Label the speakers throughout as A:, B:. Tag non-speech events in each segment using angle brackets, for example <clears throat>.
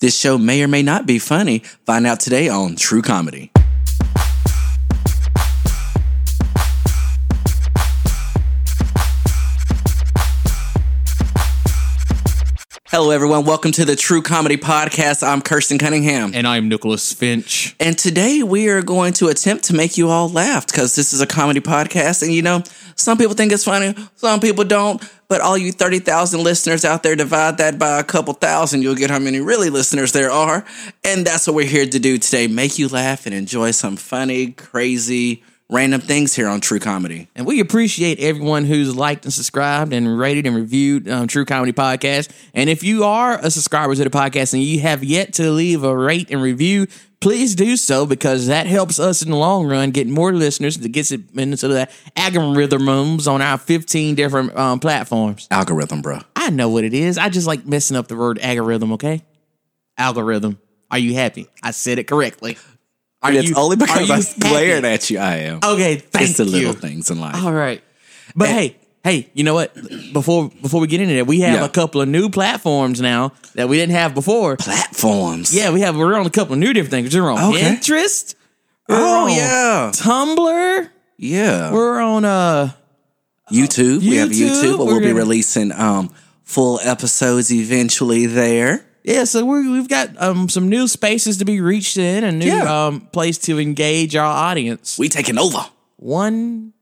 A: This show may or may not be funny. Find out today on True Comedy. Hello, everyone. Welcome to the True Comedy Podcast. I'm Kirsten Cunningham.
B: And I'm Nicholas Finch.
A: And today we are going to attempt to make you all laugh because this is a comedy podcast. And you know, some people think it's funny, some people don't. But all you 30,000 listeners out there, divide that by a couple thousand, you'll get how many really listeners there are. And that's what we're here to do today make you laugh and enjoy some funny, crazy, random things here on True Comedy.
B: And we appreciate everyone who's liked and subscribed and rated and reviewed um, True Comedy Podcast. And if you are a subscriber to the podcast and you have yet to leave a rate and review, please do so because that helps us in the long run get more listeners that gets it into the algorithms on our 15 different um, platforms.
A: Algorithm, bro.
B: I know what it is. I just like messing up the word algorithm, okay? Algorithm. Are you happy? I said it correctly. Are
A: It's
B: you-
A: only
B: are
A: because
B: you
A: I'm
B: happy?
A: glaring at you. I am.
B: Okay, thank
A: it's the
B: you. Oh,
A: little things in life.
B: All right. But hey, hey, you know what? Before before we get into that, we have
A: Yeah.
B: a couple of new platforms now that we didn't have before.
A: Platforms.
B: Yeah, we have we're on a couple of new different things. We're on
A: Okay.
B: Interest.
A: Oh,
B: on
A: yeah.
B: Tumblr.
A: Yeah.
B: We're on uh
A: YouTube. We have
B: YouTube.
A: YouTube, but we'll
B: We're
A: be
B: gonna-
A: releasing um full episodes eventually there.
B: yeah, so we're, we've got um some new spaces to be reached in, a new
A: Yeah.
B: um place to engage our audience.
A: We taking over.
B: One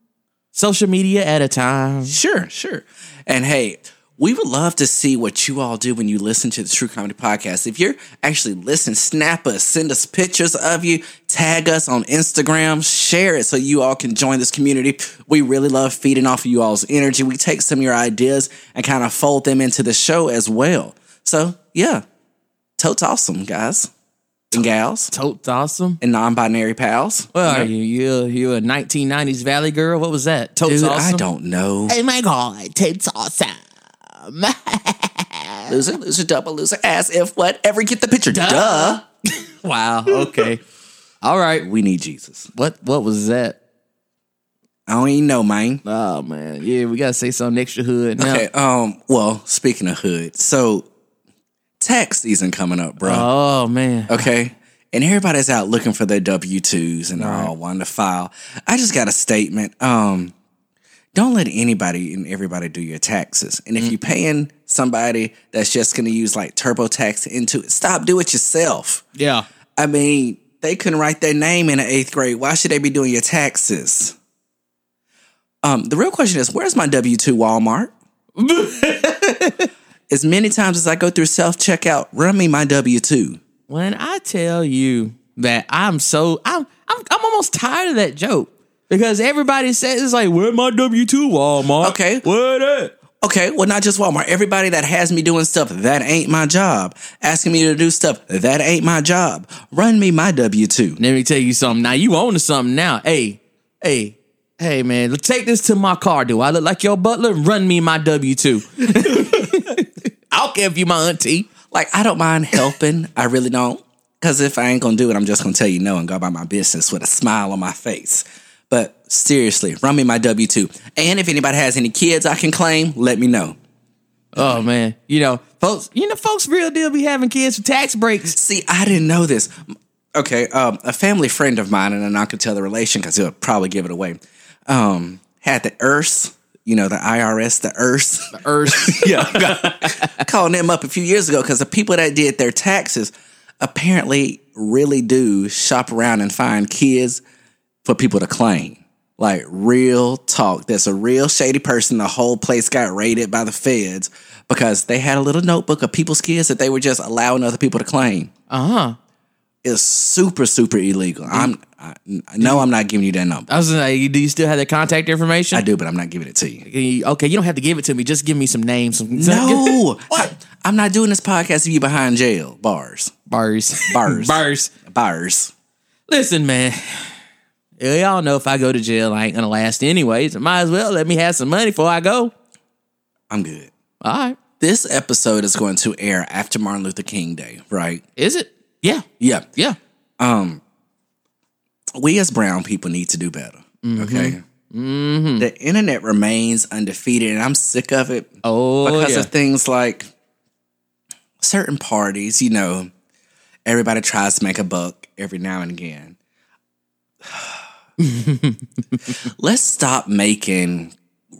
B: social media at a time.
A: Sure, sure. And hey, we would love to see what you all do when you listen to the True Comedy Podcast. If you're actually listening, snap us, send us pictures of you, tag us on Instagram, share it so you all can join this community. We really love feeding off of you all's energy. We take some of your ideas and kind of fold them into the show as well. So, yeah, totes awesome, guys and gals.
B: Totes awesome.
A: and non-binary pals.
B: Well, are you you you a 1990s Valley girl? What was that? Totes
A: Dude,
B: awesome.
A: I don't know.
B: Oh my god, it's awesome.
A: Loser, loser, double loser, ass if whatever. Get the picture. Duh.
B: Wow. Okay. <laughs> All right.
A: We need Jesus.
B: What what was that?
A: I don't even know, man.
B: Oh man. Yeah, we gotta say something extra hood. Now.
A: Okay. Um. Well, speaking of hood, so tax season coming up, bro.
B: Oh man.
A: okay. And everybody's out looking for their W twos and all wanting to file. I just got a statement. Um, don't let anybody and everybody do your taxes. And
B: Mm.
A: if you're paying somebody that's just going to use like TurboTax into it, stop. Do it yourself.
B: Yeah.
A: I mean, they couldn't write their name in the eighth grade. Why should they be doing your taxes? Um, the real question is, where's my W two Walmart? <laughs> as many times as I go through self checkout, run me my W two.
B: When I tell you that I'm so I'm I'm I'm almost tired of that joke. Because everybody says it's like, where my W two Walmart?
A: Okay.
B: Where that?
A: Okay, well, not just Walmart. Everybody that has me doing stuff that ain't my job, asking me to do stuff that ain't my job, run me my W two.
B: Let me tell you something. Now you own to something now. Hey, hey, hey, man. let's Take this to my car. Do I look like your butler? Run me my W two. <laughs> I'll give you my auntie.
A: Like, I don't mind helping. I really don't. Because if I ain't going to do it, I'm just going to tell you no and go about my business with a smile on my face. But seriously, run me my W 2. And if anybody has any kids I can claim, let me know.
B: Oh man, you know, folks. You know, folks. Real deal. Be having kids for tax breaks.
A: See, I didn't know this. Okay, um, a family friend of mine, and I'm not going to tell the relation because he'll probably give it away, um, had the IRS, you know, the IRS, the <laughs> IRS.
B: Earth.
A: calling them up a few years ago because the people that did their taxes apparently really do shop around and find kids for people to claim. Like real talk. That's a real shady person. The whole place got raided by the feds because they had a little notebook of people's kids that they were just allowing other people to claim.
B: Uh huh.
A: It's super, super illegal. I'm I, no, I'm not giving you that number.
B: <laughs> I was like, do you still have their contact information?
A: I do, but I'm not giving it to you.
B: Okay, you don't have to give it to me. Just give me some names. Some
A: <laughs> No,
B: What?
A: I, am not doing this podcast if you behind jail bars,
B: bars.
A: Bars.
B: Bars.
A: bars.
B: Listen, man. Y'all know if I go to jail, I ain't gonna last anyways. Might as well let me have some money before I go.
A: I'm good.
B: All right.
A: This episode is going to air after Martin Luther King Day, right?
B: Is it? Yeah.
A: Yeah.
B: Yeah.
A: We as brown people need to do better. Okay. The internet remains undefeated, and I'm sick of it
B: Oh,
A: because
B: yeah.
A: of things like certain parties, you know, Everybody tries to make a buck every now and
B: <laughs>
A: again. Let's stop making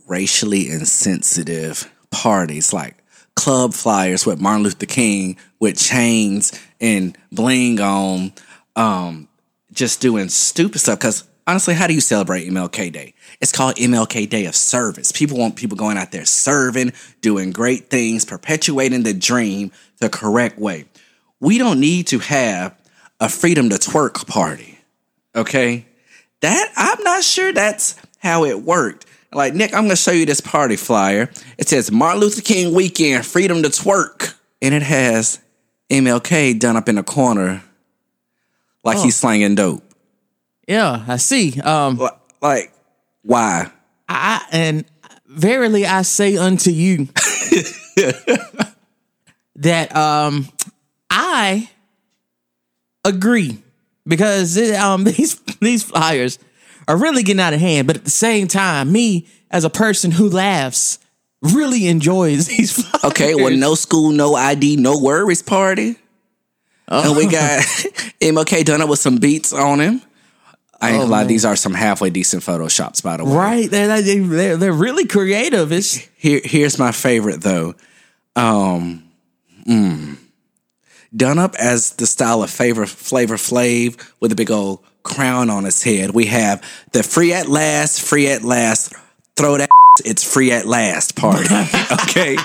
A: racially insensitive parties like club flyers with Martin Luther King with chains and bling on, um, just doing stupid stuff. Because honestly, how do you celebrate MLK Day? It's called MLK Day of Service. People want people going out there serving, doing great things, perpetuating the dream the correct way. We don't need to have a freedom to twerk party. Okay? That I'm not sure that's how it worked. Like Nick, I'm gonna show you this party flyer. It says Martin Luther King Weekend, Freedom to Twerk, and it has MLK done up in the corner, like he's slanging dope.
B: Yeah, I see. Um,
A: Li- Like, why?
B: I and verily I say unto you <laughs> that um I agree because it, um <laughs> these these flyers are really getting out of hand, but at the same time, me as a person who laughs really enjoys <laughs> these flyers.
A: Okay, well, no school, no ID, no worries party. And we got <laughs> MLK done up with some beats on him. I ain't gonna lie, these are some halfway decent photoshops, by the way.
B: Right, they're, they're, they're really creative. It's
A: Here, here's my favorite though. Um, mm. done up as the style of favor, Flavor Flav with a big old crown on his head. We have the free at last, free at last, throw that. <laughs> It's free at last party. okay.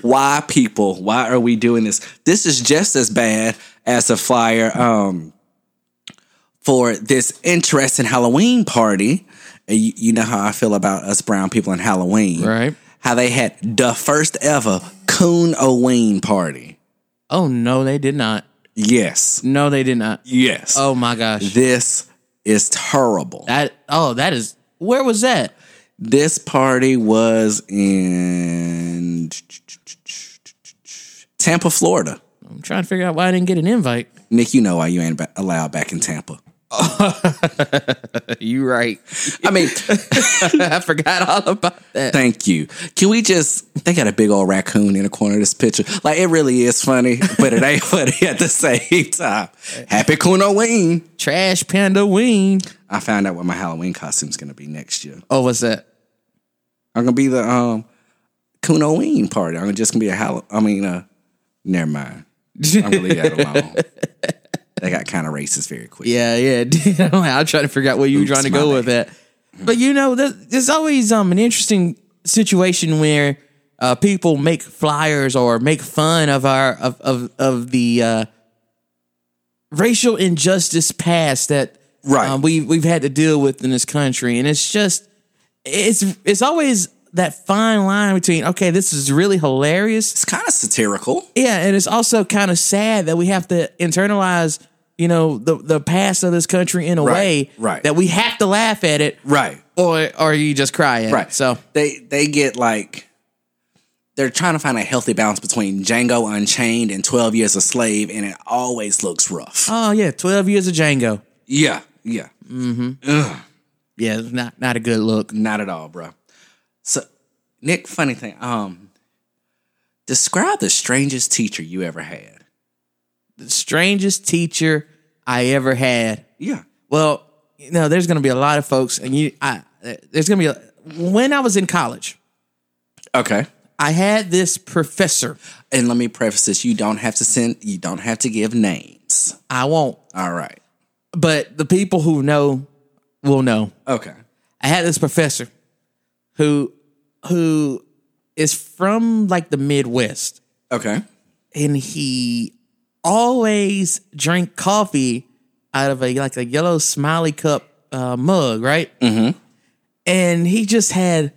A: Why people? Why are we doing this? This is just as bad as a flyer. Um, for this interesting Halloween party. And You, you know how I feel about us brown people in Halloween.
B: Right.
A: How they had the first ever Coon O'Ween party.
B: oh no, they did not.
A: Yes.
B: No, they did not.
A: Yes.
B: Oh my gosh,
A: This is terrible.
B: that oh that is where was that?
A: This party was in Tampa, Florida.
B: I'm trying to figure out why I didn't get an invite.
A: Nick, you know why you ain't ba- allowed back in Tampa.
B: <laughs> You right. <laughs>
A: I mean,
B: I forgot all about that.
A: Thank you. Can we just? They got a big old raccoon in the corner of this picture. Like it really is funny, but it ain't <laughs> funny at the same time. Happy Kuno Ween.
B: Trash panda wing.
A: I found out what my Halloween costume's gonna be next year.
B: Oh, what's that?
A: I'm gonna be the um Kuno Ween party. I'm just gonna be a Hall. I mean, uh, never mind. I'm gonna leave <laughs> that alone. They got kind of racist very quick.
B: <laughs> Yeah, yeah. it did. I'm like, I'm trying to figure out where you were trying to
A: my
B: go
A: bad.
B: with that. But you know, there's, there's always um an interesting situation where uh, people make flyers or make fun of our of of, of the uh, racial injustice past that
A: Right.
B: um, we we've had to deal with in this country, and it's just it's it's always that fine line between okay, this is really hilarious,
A: It's kind of satirical.
B: yeah, and it's also kind of sad that we have to internalize, you know, the the past of this country in a way
A: right.
B: that we have to laugh at it,
A: Right.
B: or or you just cry at
A: Right.
B: it. So
A: they they get like they're trying to find a healthy balance between Django Unchained and Twelve Years a Slave, and it always looks rough.
B: oh yeah, twelve years of Django,
A: yeah, yeah,
B: yeah, it's not not a good look.
A: not at all, bro. So, Nick, funny thing, um, describe the strangest teacher you ever had.
B: The strangest teacher I ever had.
A: Yeah,
B: Well, you know, there's gonna be a lot of folks, and you, I, there's gonna be a, when I was in college,
A: okay.
B: I had this professor.
A: And let me preface this: you don't have to send, you don't have to give names.
B: I won't,
A: All right,
B: but the people who know will know.
A: okay,
B: I had this professor who who is from like the Midwest
A: okay,
B: and he always drank coffee out of a like a yellow smiley cup uh, mug, right? Mm-hmm. And he just had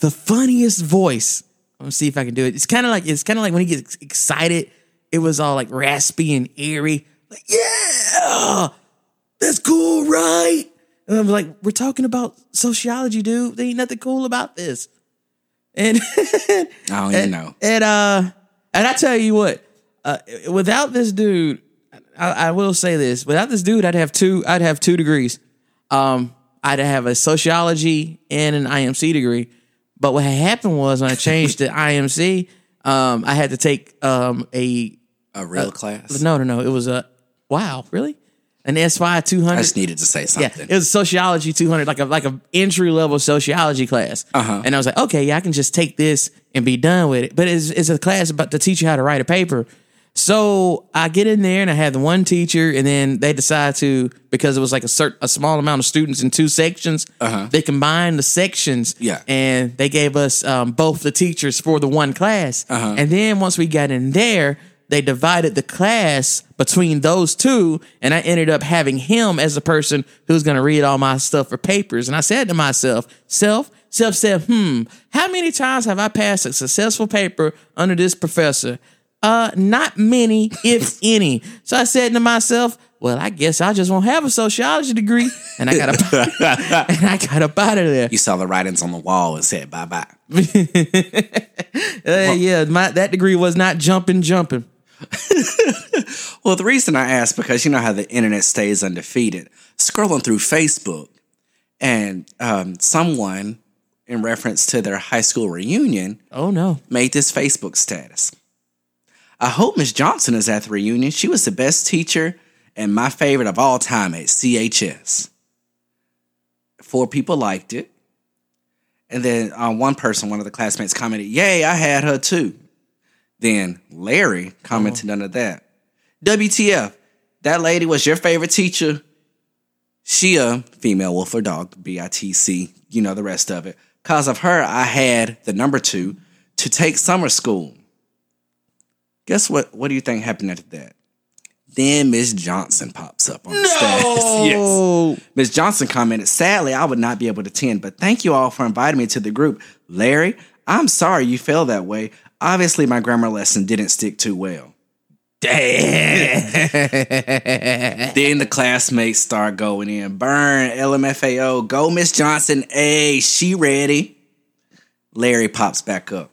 B: the funniest voice. Let me see if I can do it. It's kind of like it's kind of like when he gets excited. It was all like raspy and airy. Like, yeah, that's cool, right? And I'm like, we're talking about sociology, dude. There ain't nothing cool about this. And <laughs>
A: I don't even know.
B: and uh, and I tell you what, uh, without this dude, I, I will say this: without this dude, I'd have two. I'd have two degrees. Um, I'd have a sociology and an IMC degree. But what had happened was when I changed to IMC, um, I had to take um a
A: A real class.
B: No, no, no. It was a wow, really? An SY two
A: I
B: hundred.
A: just needed to say
B: Yeah,
A: something.
B: it was sociology two hundred, like a like a entry level sociology class.
A: Uh-huh.
B: And I was like, okay, yeah, I can just take this and be done with it. But it's it's a class about to teach you how to write a paper. So I get in there and I had the one teacher, and then they decide to because it was like a cert, a small amount of students in two sections.
A: Uh-huh.
B: They combined the sections,
A: Yeah.
B: and they gave us um, both the teachers for the one class.
A: Uh-huh.
B: And then once we got in there, they divided the class between those two, and I ended up having him as the person who's going to read all my stuff for papers. And I said to myself, self, self said, hmm, how many times have I passed a successful paper under this professor? Uh, not many,
A: <laughs>
B: if any. So I said to myself, well, I guess I just won't have a sociology degree, and I got up, <laughs> and I got up out of there.
A: You saw the writings on the wall and said bye bye.
B: Uh, yeah, my that degree was not jumping, jumping.
A: Well, the reason I asked because you know how the internet stays undefeated. Scrolling through Facebook, and um, someone, in reference to their high school reunion,
B: Oh no.
A: made this Facebook status. I hope Miss Johnson is at the reunion. She was the best teacher and my favorite of all time at CHS. Four people liked it. And then uh, one person, one of the classmates, commented, Yay, I had her too. Then Larry commented under that. WTF, that lady was your favorite teacher. She a female wolf or dog, B I T C, you know the rest of it. Cause of her, I had the number two to take summer school. Guess what? What do you think happened after that? Then Miss Johnson pops up on the status. Yes.
B: Oh,
A: Ms. Johnson commented, Sadly, I would not be able to attend, but thank you all for inviting me to the group. Larry, I'm sorry you feel that way. Obviously, my grammar lesson didn't stick too well. Damn. <laughs> then the classmates start going in. Burn, LMFAO, go, Miss Johnson. Hey, she ready. Larry pops back up.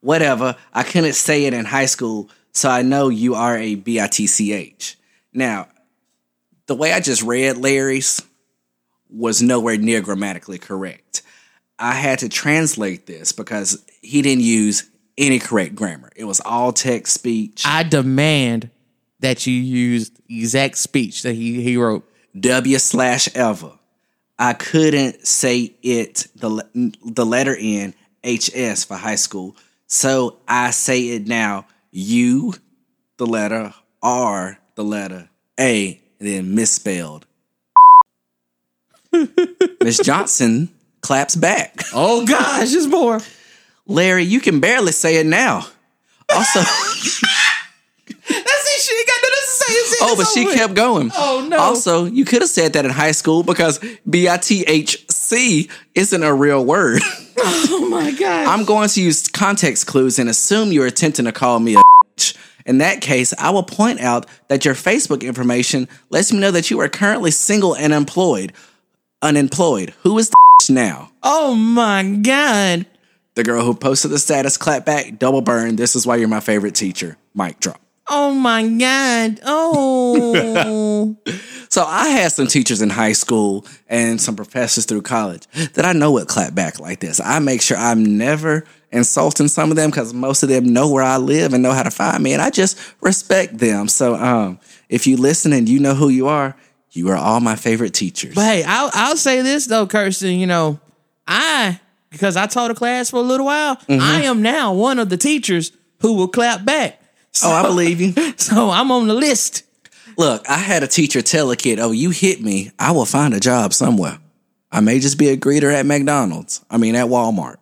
A: Whatever, I couldn't say it in high school, so I know you are a B I T C H. Now, the way I just read Larry's was nowhere near grammatically correct. I had to translate this because he didn't use any correct grammar. It was all text speech.
B: I demand that you use the exact speech that he, he wrote.
A: W slash ever. I couldn't say it the le- the letter N H S for high school, so I say it now. U, the letter R, the letter A, and then misspelled. Miss Johnson claps back.
B: Oh gosh, it's more.
A: Larry, you can barely say it now. Also,
B: That's it. She ain't got nothing to say. It's-
A: oh,
B: it's
A: but she
B: over with.
A: kept going.
B: Oh, no.
A: Also, you could have said that in high school because B I T H C isn't a real
B: <laughs>
A: word.
B: Oh my god.
A: I'm going to use context clues and assume you're attempting to call me a bitch. In that case, I will point out that your Facebook information lets me know that you are currently single and employed. Unemployed. Who is the bitch now?
B: oh my god.
A: The girl who posted the status clap back, double burn. This is why you're my favorite teacher. Mic drop.
B: Oh my god. <laughs> Oh.
A: So I had some teachers in high school and some professors through college that I know would clap back like this. I make sure I'm never insulting some of them because most of them know where I live and know how to find me, and I just respect them. So um, if you listen and you know who you are, you are all my favorite teachers.
B: But hey, I'll I'll say this though, Kirsten. You know, I because I taught a class for a little while. I am now one of the teachers who will clap back. <laughs>
A: <laughs>
B: So,
A: oh, I believe you.
B: so I'm on the list.
A: Look, I had a teacher tell a kid, "Oh, you hit me, I will find a job somewhere. I may just be a greeter at McDonald's. I mean, at Walmart,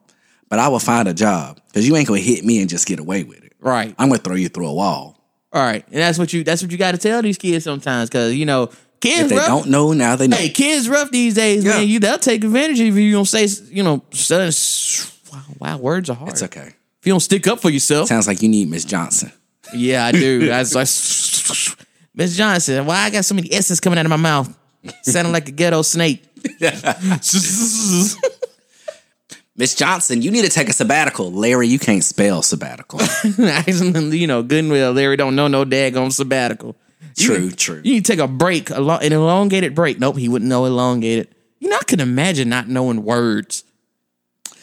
A: but I will find a job because you ain't gonna hit me and just get away with it."
B: Right.
A: I'm gonna throw you through a wall.
B: All right, and that's what you that's what you got to tell these kids sometimes because you know
A: If
B: kids
A: they
B: rough.
A: don't know, now they know.
B: hey, kids rough these days,
A: Yeah.
B: man. You they'll take advantage of you. if You don't say you know son, wow, wow, words are hard.
A: It's okay.
B: If you don't stick up for yourself,
A: Sounds like you need Miss Johnson.
B: yeah,
A: <laughs>
B: I do. I was like, Miss Johnson, why I got so many S's coming out of my mouth, sounding like a ghetto snake. <laughs>
A: Miss Johnson, you need to take a sabbatical. Larry, you can't spell sabbatical.
B: you know, Goodwill Larry don't know no daggone sabbatical.
A: true, true.
B: <laughs> You need to take a break, a lo- an elongated break. Nope, he wouldn't know elongated. You know, I could imagine not knowing words.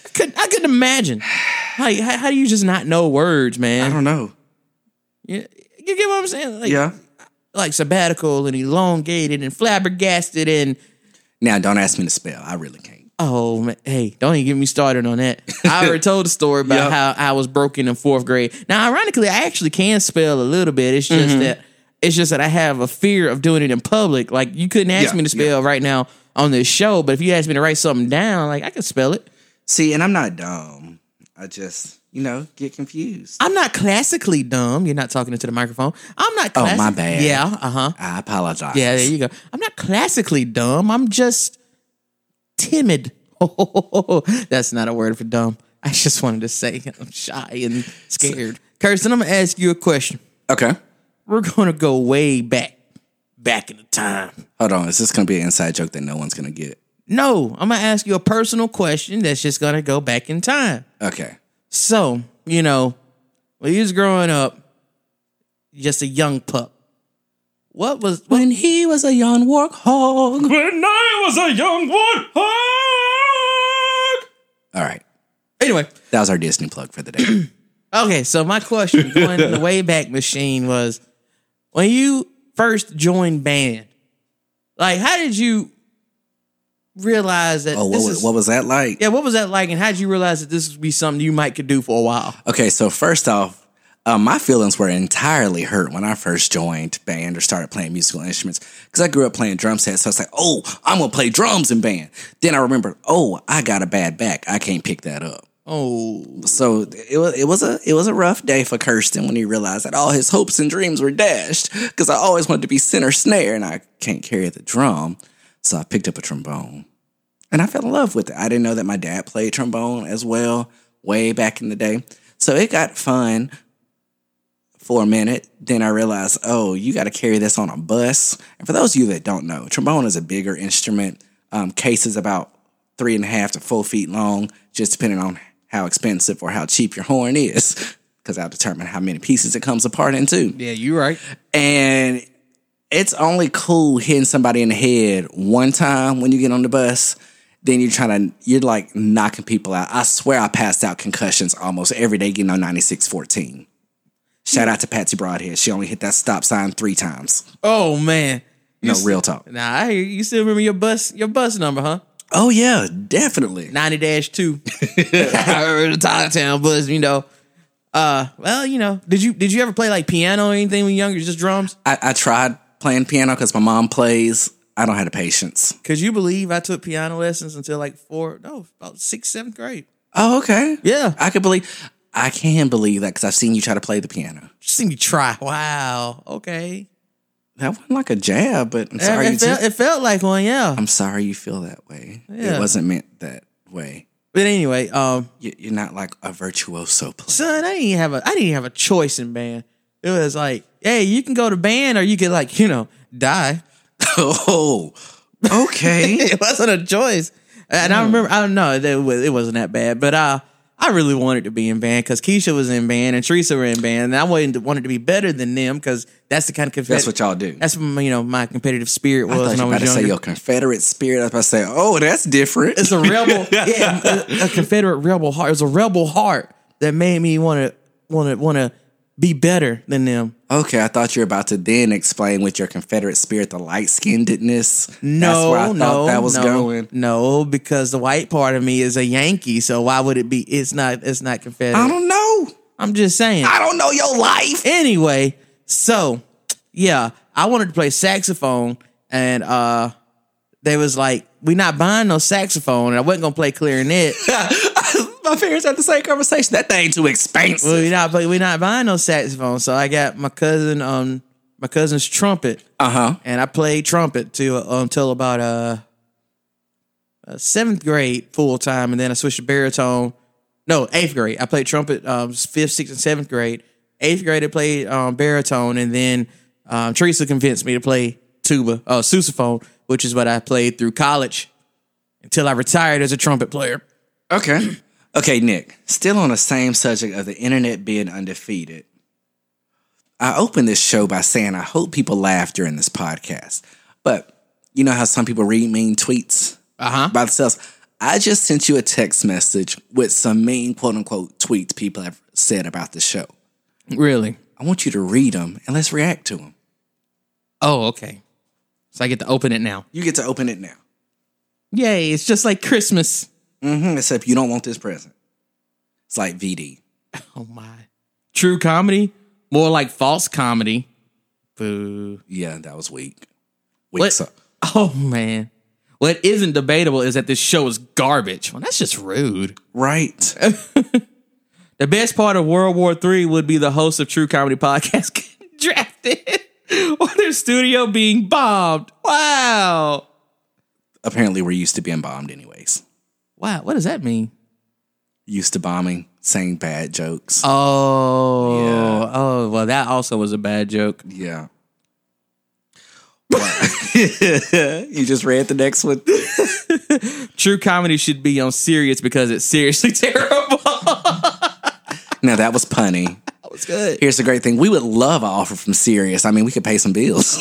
B: I could, I could imagine. How, how, how do you just not know words,
A: I
B: man?
A: don't know.
B: You, you get what I'm saying? Like,
A: Yeah.
B: Like sabbatical and elongated and flabbergasted and
A: Now, don't ask me to spell. I really can't.
B: Oh man, hey, don't even get me started on that.
A: <laughs>
B: I already told the story about
A: Yep.
B: how I was broken in fourth grade. Now, ironically, I actually can spell a little bit. It's just
A: Mm-hmm.
B: that it's just that I have a fear of doing it in public. Like you couldn't ask
A: Yeah,
B: me to spell right now on this show, but if you asked me to write something down, like I could spell it.
A: See, and I'm not dumb. I just, you know, get confused.
B: I'm not classically dumb. You're not talking into the microphone. I'm not. Classi-
A: Oh, my bad.
B: Yeah. Uh huh.
A: I apologize.
B: Yeah. There you go. I'm not classically dumb. I'm just timid. <laughs> That's not a word for dumb. I just wanted to say <laughs> I'm shy and scared. Kirsten, I'm gonna ask you a question.
A: Okay.
B: We're gonna go way back, back in the time.
A: Hold on. Is this going to be an inside joke that no one's going to get?
B: No, I'm gonna ask you a personal question that's just gonna go back in time.
A: Okay.
B: So, you know, when you was growing up, just a young pup. What was
A: When he was a young warthog.
B: When I was a young warthog.
A: All right.
B: Anyway,
A: That was our Disney plug for the
B: <clears throat>
A: day.
B: okay. So my question going <laughs> to the Wayback Machine was, when you first joined band, like how did you realize that?
A: oh, what
B: this
A: was,
B: is-
A: what was that like?
B: yeah, what was that like, and how did you realize that this would be something you might could do for a while?
A: Okay, so first off, uh, my feelings were entirely hurt when I first joined band or started playing musical instruments because I grew up playing drum sets. So I was like, oh, I'm going to play drums in band. Then I remembered, oh, I got a bad back. I can't pick that up.
B: Oh,
A: So it was it was a it was a rough day for Kirsten when he realized that all his hopes and dreams were dashed because I always wanted to be center snare and I can't carry the drum, so I picked up a trombone and I fell in love with it. I didn't know that my dad played trombone as well way back in the day, so it got fun for a minute. Then I realized, oh, you got to carry this on a bus. And for those of you that don't know, trombone is a bigger instrument. Um, case is about three and a half to four feet long, just depending on how expensive or how cheap your horn is, because I'll determine how many pieces it comes apart into
B: yeah, you're right.
A: and it's only cool hitting somebody in the head one time when you get on the bus. Then you're trying to, you're like knocking people out. I swear I passed out concussions almost every day getting on 9614. Shout out to Patsy Broadhead. She only hit that stop sign three times.
B: Oh man,
A: No, real talk.
B: now I hear you. you still remember your bus your bus number, huh?
A: Oh, yeah, definitely.
B: 90 dash 2. <laughs> I heard the Town Buzz, you know. Uh, well, you know, did you did you ever play like piano or anything when you were younger? Just drums?
A: I, I tried playing piano because my mom plays. I don't have the patience.
B: Could you believe I took piano lessons until like four, no, about sixth, seventh grade?
A: Oh, okay.
B: Yeah.
A: I can believe, I can believe that because I've seen you try to play the piano.
B: Just see me try. Wow. Okay.
A: That wasn't like a jab, but I'm sorry.
B: It,
A: you
B: it, felt,
A: took-
B: it felt like one, yeah.
A: I'm sorry you feel that way.
B: Yeah.
A: It wasn't meant that way.
B: But anyway, um,
A: You- You're not like a virtuoso player.
B: son, I didn't have a I didn't have a choice in band. It was like, hey, you can go to band or you could like, you know, die. <laughs>
A: oh, <laughs> okay.
B: it wasn't a choice. And I remember, I don't know, that was, it wasn't that bad, but uh, I really wanted to be in band because Keisha was in band and Teresa were in band, and I wanted to, wanted to be better than them because that's the kind of competitive.
A: That's what y'all do.
B: That's my, you know my competitive spirit
A: I
B: was
A: thought
B: when
A: you
B: I
A: were about
B: was
A: to say
B: younger.
A: your Confederate spirit. I was about to say, oh, that's different.
B: <laughs> It's a rebel,
A: <laughs>
B: yeah, a, a Confederate rebel heart. It's a rebel heart that made me want to want to want to be better than them.
A: okay, I thought you were about to then explain with your Confederate spirit the light skinnedness.
B: No,
A: that's where I
B: no,
A: thought that was
B: no,
A: going.
B: No, because the white part of me is a Yankee, so why would it be? It's not. It's not Confederate.
A: I don't know.
B: I'm just saying.
A: I don't know your life.
B: anyway, so yeah, I wanted to play saxophone, and uh they was like, "We not buying no saxophone," and I wasn't gonna play clarinet.
A: My parents had the same conversation. That thing too expensive.
B: we not play, we not buying no saxophone. So I got my cousin, um, my cousin's trumpet,
A: Uh huh.
B: and I played trumpet to until about uh, uh seventh grade full time, and then I switched to baritone. No, eighth grade. I played trumpet um, fifth, sixth, and seventh grade. Eighth grade, I played um, baritone, and then um, Teresa convinced me to play tuba, uh, sousaphone, which is what I played through college until I retired as a trumpet player.
A: Okay. <clears throat> Okay, Nick, still on the same subject of the internet being undefeated. I opened this show by saying I hope people laugh during this podcast. But you know how some people read mean tweets
B: Uh-huh.
A: by themselves? I just sent you a text message with some mean quote unquote tweets people have said about the show.
B: Really?
A: I want you to read them and let's react to them.
B: Oh, okay. So I get to open it now.
A: You get to open it now.
B: Yay, it's just like Christmas.
A: hmm except you don't want this present. It's like VD.
B: Oh my. True comedy? More like false comedy. Boo.
A: Yeah, that was weak. Weak.
B: What?
A: So,
B: Oh man. What isn't debatable is that this show is garbage. Well, that's just rude.
A: right.
B: The best part of World War III would be the host of True Comedy Podcast <laughs> getting drafted <laughs> or their studio being bombed. Wow.
A: Apparently, we're used to being bombed, anyways.
B: Wow, what does that mean?
A: Used to bombing, saying bad jokes.
B: Oh,
A: Yeah.
B: oh, well, that also was a bad joke.
A: yeah. What? <laughs> you just read the next one.
B: True comedy should be on serious because it's seriously <laughs> terrible.
A: Now that was punny.
B: That was good.
A: Here's the great thing: we would love an offer from Sirius. I mean, we could pay some bills.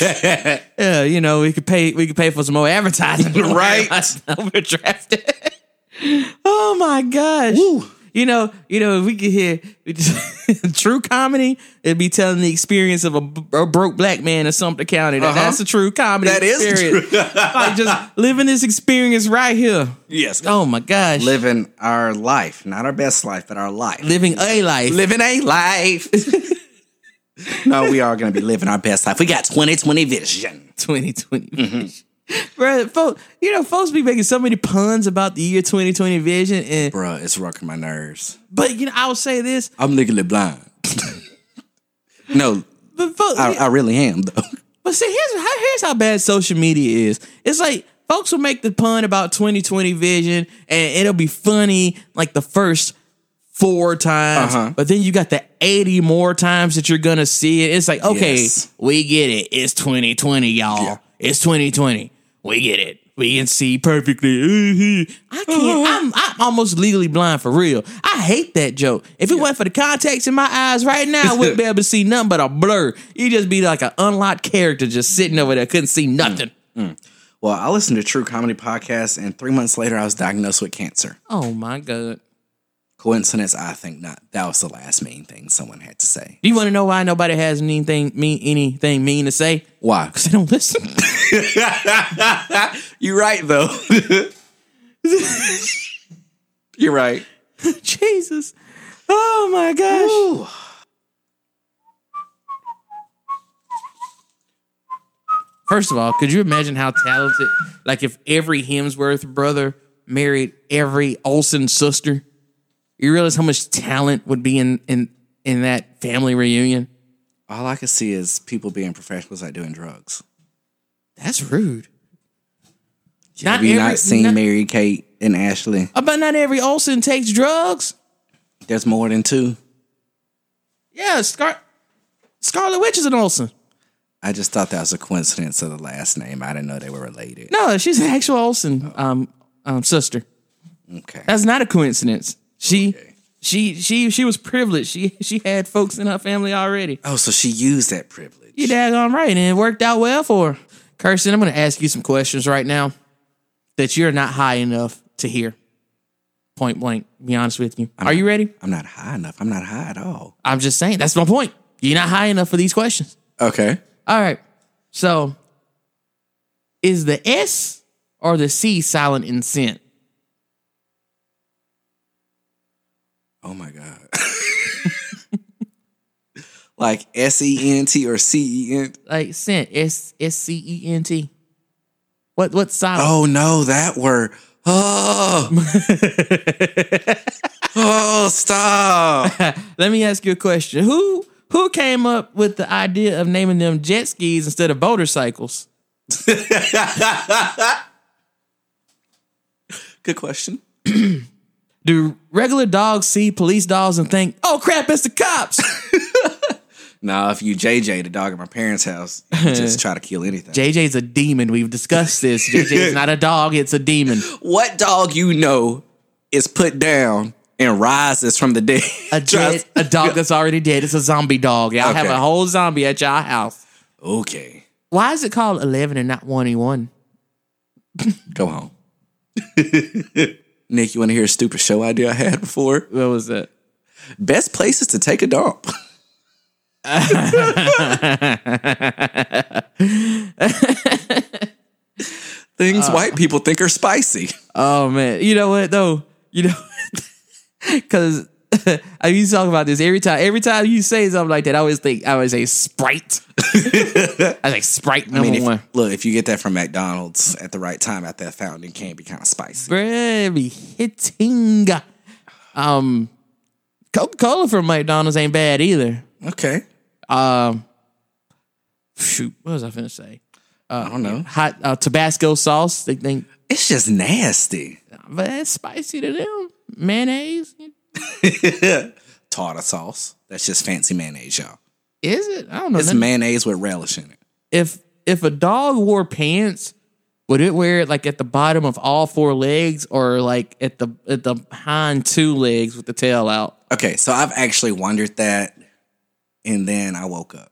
B: Yeah, Uh, you know, we could pay we could pay for some more advertising.
A: <laughs>
B: <laughs>
A: Right.
B: We're drafted. oh my gosh. You know, you know, if we could hear we just- <laughs> true comedy, it'd be telling the experience of a, b- a broke black man in Sumter County. That,
A: Uh-huh.
B: That's the true comedy.
A: That is
B: experience. <laughs> like just living this experience right here.
A: <laughs> yes.
B: Oh my gosh.
A: Living our life, not our best life, but our life.
B: Living a life. <laughs>
A: living a life. <laughs> no, we are going to be living our best life. We got 2020 vision.
B: 2020 vision.
A: Mm-hmm.
B: <laughs> Bro, folk, you know, folks be making so many puns about the year 2020 vision. And
A: Bruh, it's rocking my nerves.
B: but you know, I will say this.
A: I'm legally blind. <laughs> no,
B: But folk,
A: I, I really am, though. <laughs>
B: but see, here's how here's how bad social media is. It's like folks will make the pun about 2020 vision and it'll be funny like the first four times.
A: Uh-huh.
B: But then you got the 80 more times that you're gonna see it. It's like, okay,
A: Yes.
B: we get it. It's 2020, y'all.
A: Yeah.
B: It's 2020. We get it. We can see perfectly. I can't. I'm, I'm almost legally blind for real. I hate that joke. If it wasn't for the contacts in my eyes right now, I wouldn't be able to see nothing but a blur. You just be like an unlocked character just sitting over there, couldn't see nothing.
A: Well, I listened to True Comedy Podcast, and three months later, I was diagnosed with cancer.
B: Oh my god.
A: Coincidence? I think not. That was the last mean thing someone had to say.
B: Do you want to know why nobody has anything mean anything mean to say? <laughs>
A: Why?
B: They don't listen.
A: You're right, though. <laughs> You're right.
B: Jesus. Oh my gosh.
A: Ooh.
B: First of all, could you imagine how talented? Like if every Hemsworth brother married every Olsen sister, you realize how much talent would be in in in that family reunion.
A: All I can see is people being professionals at doing drugs.
B: That's rude. Not
A: Have you
B: every-
A: not seen
B: not-
A: Mary Kate and Ashley?
B: Uh, But not every Olsen takes drugs.
A: There's more than two.
B: Yeah, Scar- Scarlet Witch is an Olsen.
A: I just thought that was a coincidence of the last name. I didn't know they were related.
B: No, she's an actual Olsen um, um, sister.
A: Okay.
B: That's not a coincidence. She
A: Okay.
B: she she she was privileged. She she had folks in her family already.
A: Oh, so she used that privilege.
B: You daggone right, and it worked out well for her. Kirsten, I'm going to ask you some questions right now that you're not high enough to hear. Point blank, be honest with you. Are you ready?
A: I'm not high enough. I'm not high at all.
B: I'm just saying, that's my point. You're not high enough for these questions.
A: Okay.
B: All right. So, is the S or the C silent in scent?
A: Oh my God. <laughs> like S E N T or C E N.
B: Like scent, S S C E N T. What what's silent?
A: Oh no, that word. <laughs> Oh. oh, stop.
B: <laughs> Let me ask you a question. Who who came up with the idea of naming them jet skis instead of motorcycles?
A: Good question.
B: Do regular dogs see police dogs and think, "Oh crap, it's the <laughs> cops"?
A: Now, if you JJ the dog at my parents' house, you just try to kill anything.
B: JJ's a demon. We've discussed this. JJ's not a dog; it's a demon. <laughs>
A: what dog you know is put down and rises from the dead? <laughs>
B: A dead,
A: Trust-
B: a dog that's already dead. It's a zombie dog. Y'all have
A: Okay.
B: a whole zombie at y'all house.
A: Okay,
B: Why is it called eleven and not one and one?
A: go home. <laughs> Nick, you want to hear a stupid show idea I had before?
B: What was that?
A: Best places to take a dump. <laughs> Things white people think are spicy.
B: Oh man, you know what though? You know, <laughs> because I used to talk about this every time. Every time you say something like that, I always think I always say Sprite. <laughs> I say Sprite
A: I
B: number
A: mean,
B: one.
A: if, look, if you get that from McDonald's at the right time at that fountain, it can be kind of spicy.
B: Very hitting. Um, Coca Cola from McDonald's ain't bad either.
A: Okay.
B: Um, shoot, what was I finna say?
A: I don't know.
B: Hot uh, Tabasco sauce. They think,
A: It's just nasty.
B: but that's spicy to them. Mayonnaise.
A: Tartar sauce. That's just fancy mayonnaise, y'all.
B: Is it? I don't know.
A: It's
B: Nothing-
A: mayonnaise with relish in it.
B: if if a dog wore pants, would it wear it like at the bottom of all four legs or like at the at the hind two legs with the tail out?
A: Okay, so I've actually wondered that, and then I woke up.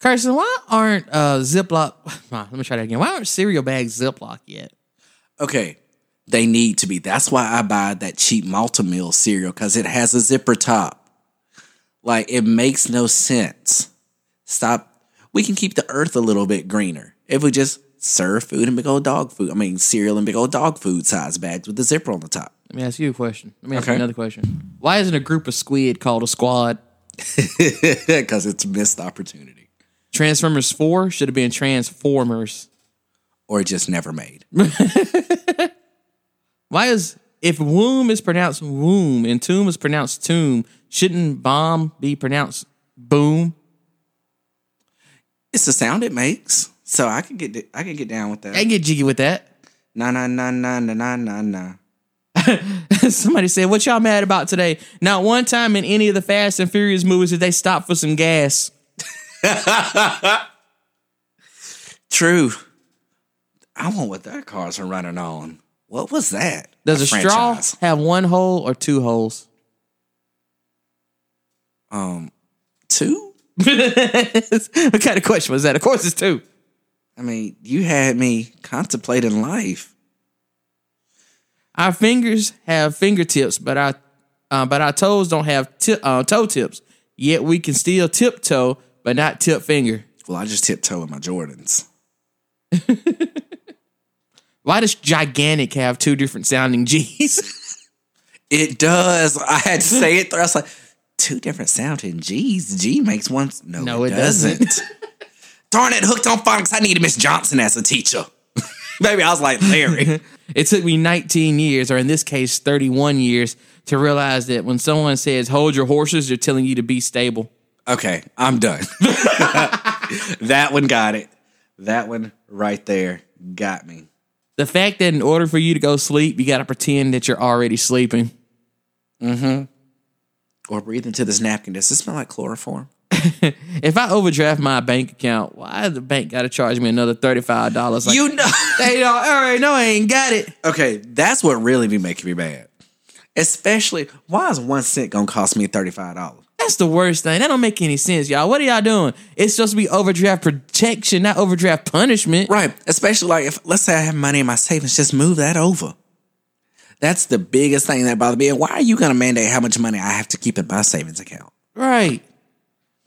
B: Carson, why aren't uh Ziploc? <laughs> ah, Let me try that again. Why aren't cereal bags Ziploc yet?
A: Okay, they need to be. That's why I buy that cheap Malta Meal cereal because it has a zipper top. Like it makes no sense. Stop. We can keep the earth a little bit greener if we just serve food in big old dog food. I mean, cereal in big old dog food size bags with the zipper on the top. <laughs>
B: Let me ask you a question. Let me ask
A: Okay.
B: you another question. Why isn't a group of squid called a squad?
A: Because it's missed opportunity
B: Transformers Four should have been Transformers.
A: or just never made.
B: Why is if womb is pronounced womb and tomb is pronounced tomb, shouldn't bomb be pronounced boom?
A: It's the sound it makes, so I can get I can get down with
B: I
A: that.
B: get jiggy with that. <laughs>
A: Na na na na na na na na.
B: Somebody said, "What y'all mad about today?" Not one time in any of the Fast and Furious movies did they stop for some gas.
A: True. I want what their cars are running on. What was that?
B: Does a, straw
A: franchise.
B: have one hole or two holes? <laughs>
A: two?
B: what kind of question was that? Of course, it's two.
A: I mean, you had me contemplating life.
B: Our fingers have fingertips, but our uh, but our toes don't have ti- uh, toe tips. Yet we can still tiptoe, but not tip finger.
A: Well, I just tiptoe in my Jordans.
B: Why does gigantic have two different sounding <laughs> G's?
A: It does. I had to say it. I was like, two different sounding G's. G makes one. No,
B: No,
A: it,
B: it
A: doesn't. <laughs>
B: doesn't.
A: Darn it, hooked on phonics. I needed Miss Johnson as a teacher. <laughs> Maybe I was like,
B: <laughs>
A: Larry.
B: It took me 19 years, or in this case, 31 years, to realize that when someone says "hold your horses," they're telling you to be stable.
A: okay, I'm done. <laughs> that one got it. That one right there got me.
B: The fact that in order for you to go sleep, you got to pretend that you're already sleeping.
A: or breathe into this napkin. Does this smell like chloroform?
B: If I overdraft my bank account, why the bank got to charge me another thirty five dollars? <laughs> Like,
A: You know.
B: they don't. All right, no, I ain't got it.
A: okay, that's what really be making me mad. Especially, why is one cent gonna cost me thirty five dollars?
B: That's the worst thing. That don't make any sense, y'all. What are y'all doing? It's supposed to be overdraft protection, not overdraft punishment.
A: Right. Especially like if let's say I have money in my savings, just move that over. That's the biggest thing that bothers me. And why are you gonna mandate how much money I have to keep in my savings account?
B: Right.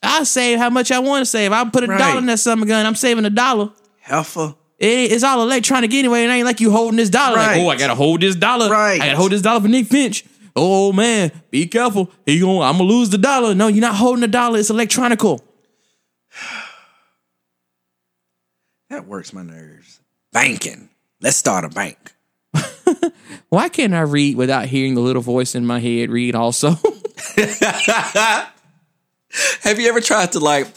B: I save how much I want to save. I put a
A: Right.
B: dollar in that summer gun. I'm saving a dollar.
A: Helpful.
B: It ain't- it's all electronic anyway. It ain't like you holding this dollar.
A: Right.
B: Like, oh, I gotta hold this dollar.
A: Right.
B: I gotta hold this dollar for Nick Finch. Oh man, be careful. He going I'm gonna lose the dollar. No, you're not holding the dollar. It's electronical.
A: That works my nerves. Banking. Let's start a bank.
B: Why can't I read without hearing the little voice in my head read also? <laughs>
A: Have you ever tried to like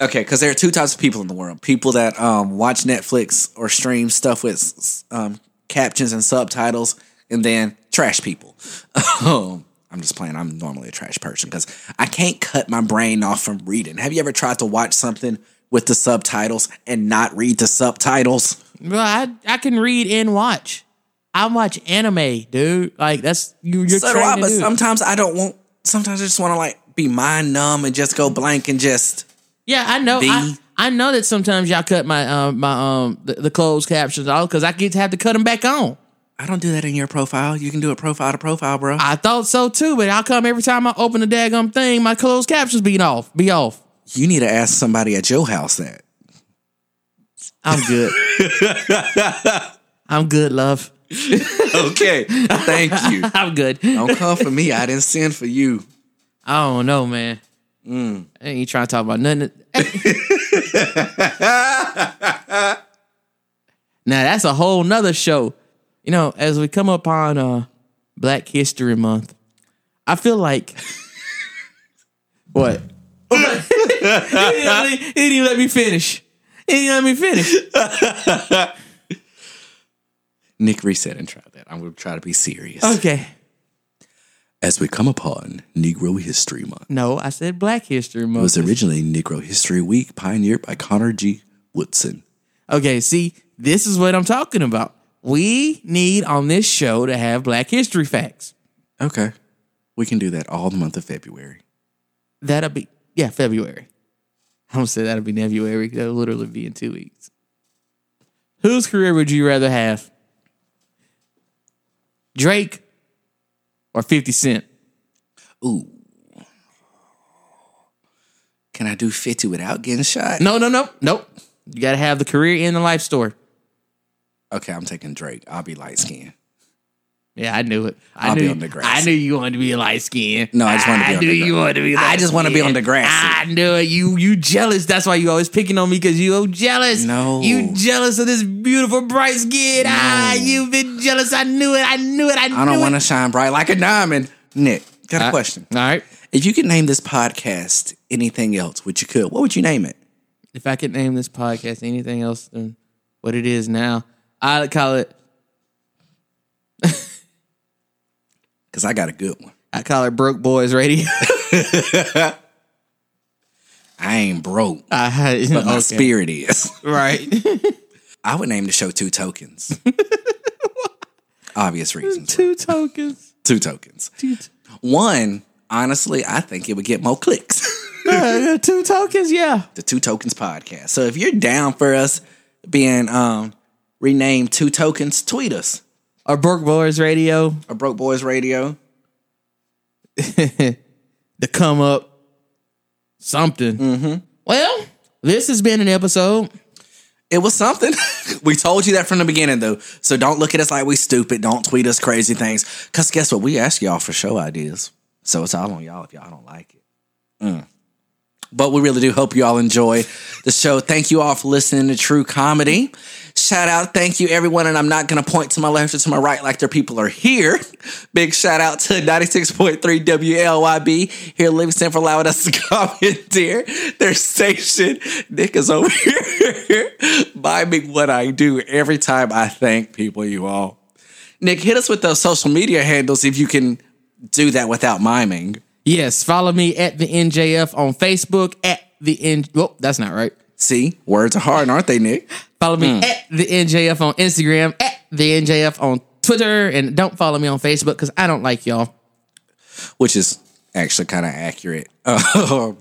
A: okay, because there are two types of people in the world. People that um watch Netflix or stream stuff with um captions and subtitles, and then trash people. <laughs> Um I'm just playing. I'm normally a trash person because I can't cut my brain off from reading. Have you ever tried to watch something with the subtitles and not read the subtitles?
B: well, I, I can read and watch. I watch anime, dude. Like that's you, you're
A: So do I,
B: trained
A: but
B: to do.
A: sometimes I don't want. Sometimes I just want to like be mind numb and just go blank and just
B: Yeah, I know.
A: The-
B: I, I know uh, that sometimes y'all cut my um my um the, the closed captions off because I get to have to cut them back on.
A: I don't do that in your profile. You can do it profile to profile, bro.
B: I thought so too, but how come every time I open the daggum thing, my closed captions being off, be off?
A: you need to ask somebody at your house that.
B: I'm good. I'm good, love.
A: Okay. Thank you.
B: I'm good.
A: Don't come for me. I didn't send for you.
B: I don't know, man. I ain't trying to talk about nothing. now that's a whole nother show. You know, as we come upon uh Black History Month, I feel like what? he, didn't let me, he didn't even let me finish. He didn't let me finish.
A: Nick reset and try that. I'm going to try to be serious.
B: Okay.
A: As we come upon Negro History Month,
B: No, I said Black History
A: it was
B: Month.
A: originally Negro History Week, pioneered by Connor G. Woodson.
B: Okay, see, this is what I'm talking about. We need on this show to have Black History facts.
A: Okay. We can do that all the month of February.
B: That'll be yeah, February. I'm gonna say that'll be February. That'll literally be in two weeks. Whose career would you rather have? Drake or 50 Cent?
A: Ooh. Can I do 50 without getting shot?
B: No, no, no, nope. You gotta have the career and the life story.
A: Okay, I'm taking Drake. I'll be light skinned.
B: Yeah, I knew it. I
A: I'll
B: knew
A: be
B: you-
A: on Degrassi.
B: I knew you wanted to be light skinned.
A: No, I just wanted to be on
B: I knew
A: Degrassi.
B: you wanted to be.
A: I just wanna be on
B: light-skinned.
A: Degrassi.
B: I knew it. You you jealous. That's why you always picking on me because you oh jealous.
A: No.
B: you jealous of this beautiful bright skin. Ah, you've been jealous. I knew it. I knew it. I,
A: I don't want to shine bright like a diamond. Nick, got a question.
B: All right.
A: If you could name this podcast anything else, which you could, what would you name it?
B: If I could name this podcast anything else than what it is now, I'd call it.
A: Because I got a good one.
B: I would call it Broke Boys Radio.
A: <laughs> I ain't broke,
B: I,
A: but my spirit is. <laughs>
B: Right.
A: I would name the show Two Tokens. Obvious reasons.
B: <laughs> Two tokens.
A: <laughs> Two Tokens.
B: Two tokens.
A: One, honestly, I think it would get more clicks. <laughs>
B: Uh, <laughs> two tokens, yeah.
A: the Two Tokens podcast. So if you're down for us being um, renamed Two Tokens, tweet us.
B: Or Broke Boys Radio,
A: Or Broke Boys Radio.
B: The Come Up, something. Mm-hmm. Well, this has been an episode.
A: It was something. <laughs> we told you that from the beginning, though. So don't look at us like we stupid. Don't tweet us crazy things. Because guess what? We ask y'all for show ideas. So it's all on y'all if y'all don't like it. Mm. But we really do hope you all enjoy the show. Thank you all for listening to True Comedy. Shout out. Thank you, everyone. And I'm not going to point to my left or to my right like their people are here. Big shout out to 96.3 WLYB here in Livingston for allowing us to <laughs> commandeer their station. Nick is over <laughs> here miming what I do every time I thank people, you all. Nick, hit us with those social media handles if you can do that without miming.
B: Yes, follow me at the NJF on Facebook at the N. Well, that's not right.
A: See, words are hard, aren't they, Nick?
B: Follow me at the NJF on Instagram at the NJF on Twitter, and don't follow me on Facebook because I don't like y'all.
A: which is actually kind of accurate. <laughs> Um,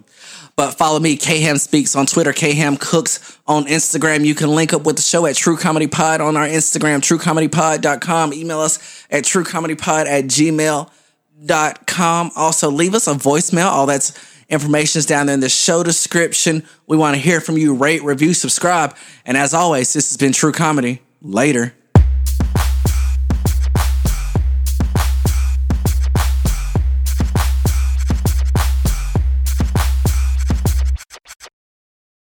A: but follow me, Kham Speaks on Twitter, Kham Cooks on Instagram. You can link up with the show at True Comedy Pod on our Instagram, truecomedypod.com. Email us at truecomedypod at gmail.com. Also, leave us a voicemail. All that's information is down there in the show description. We want to hear from you. Rate, review, subscribe. And as always, this has been True Comedy. Later.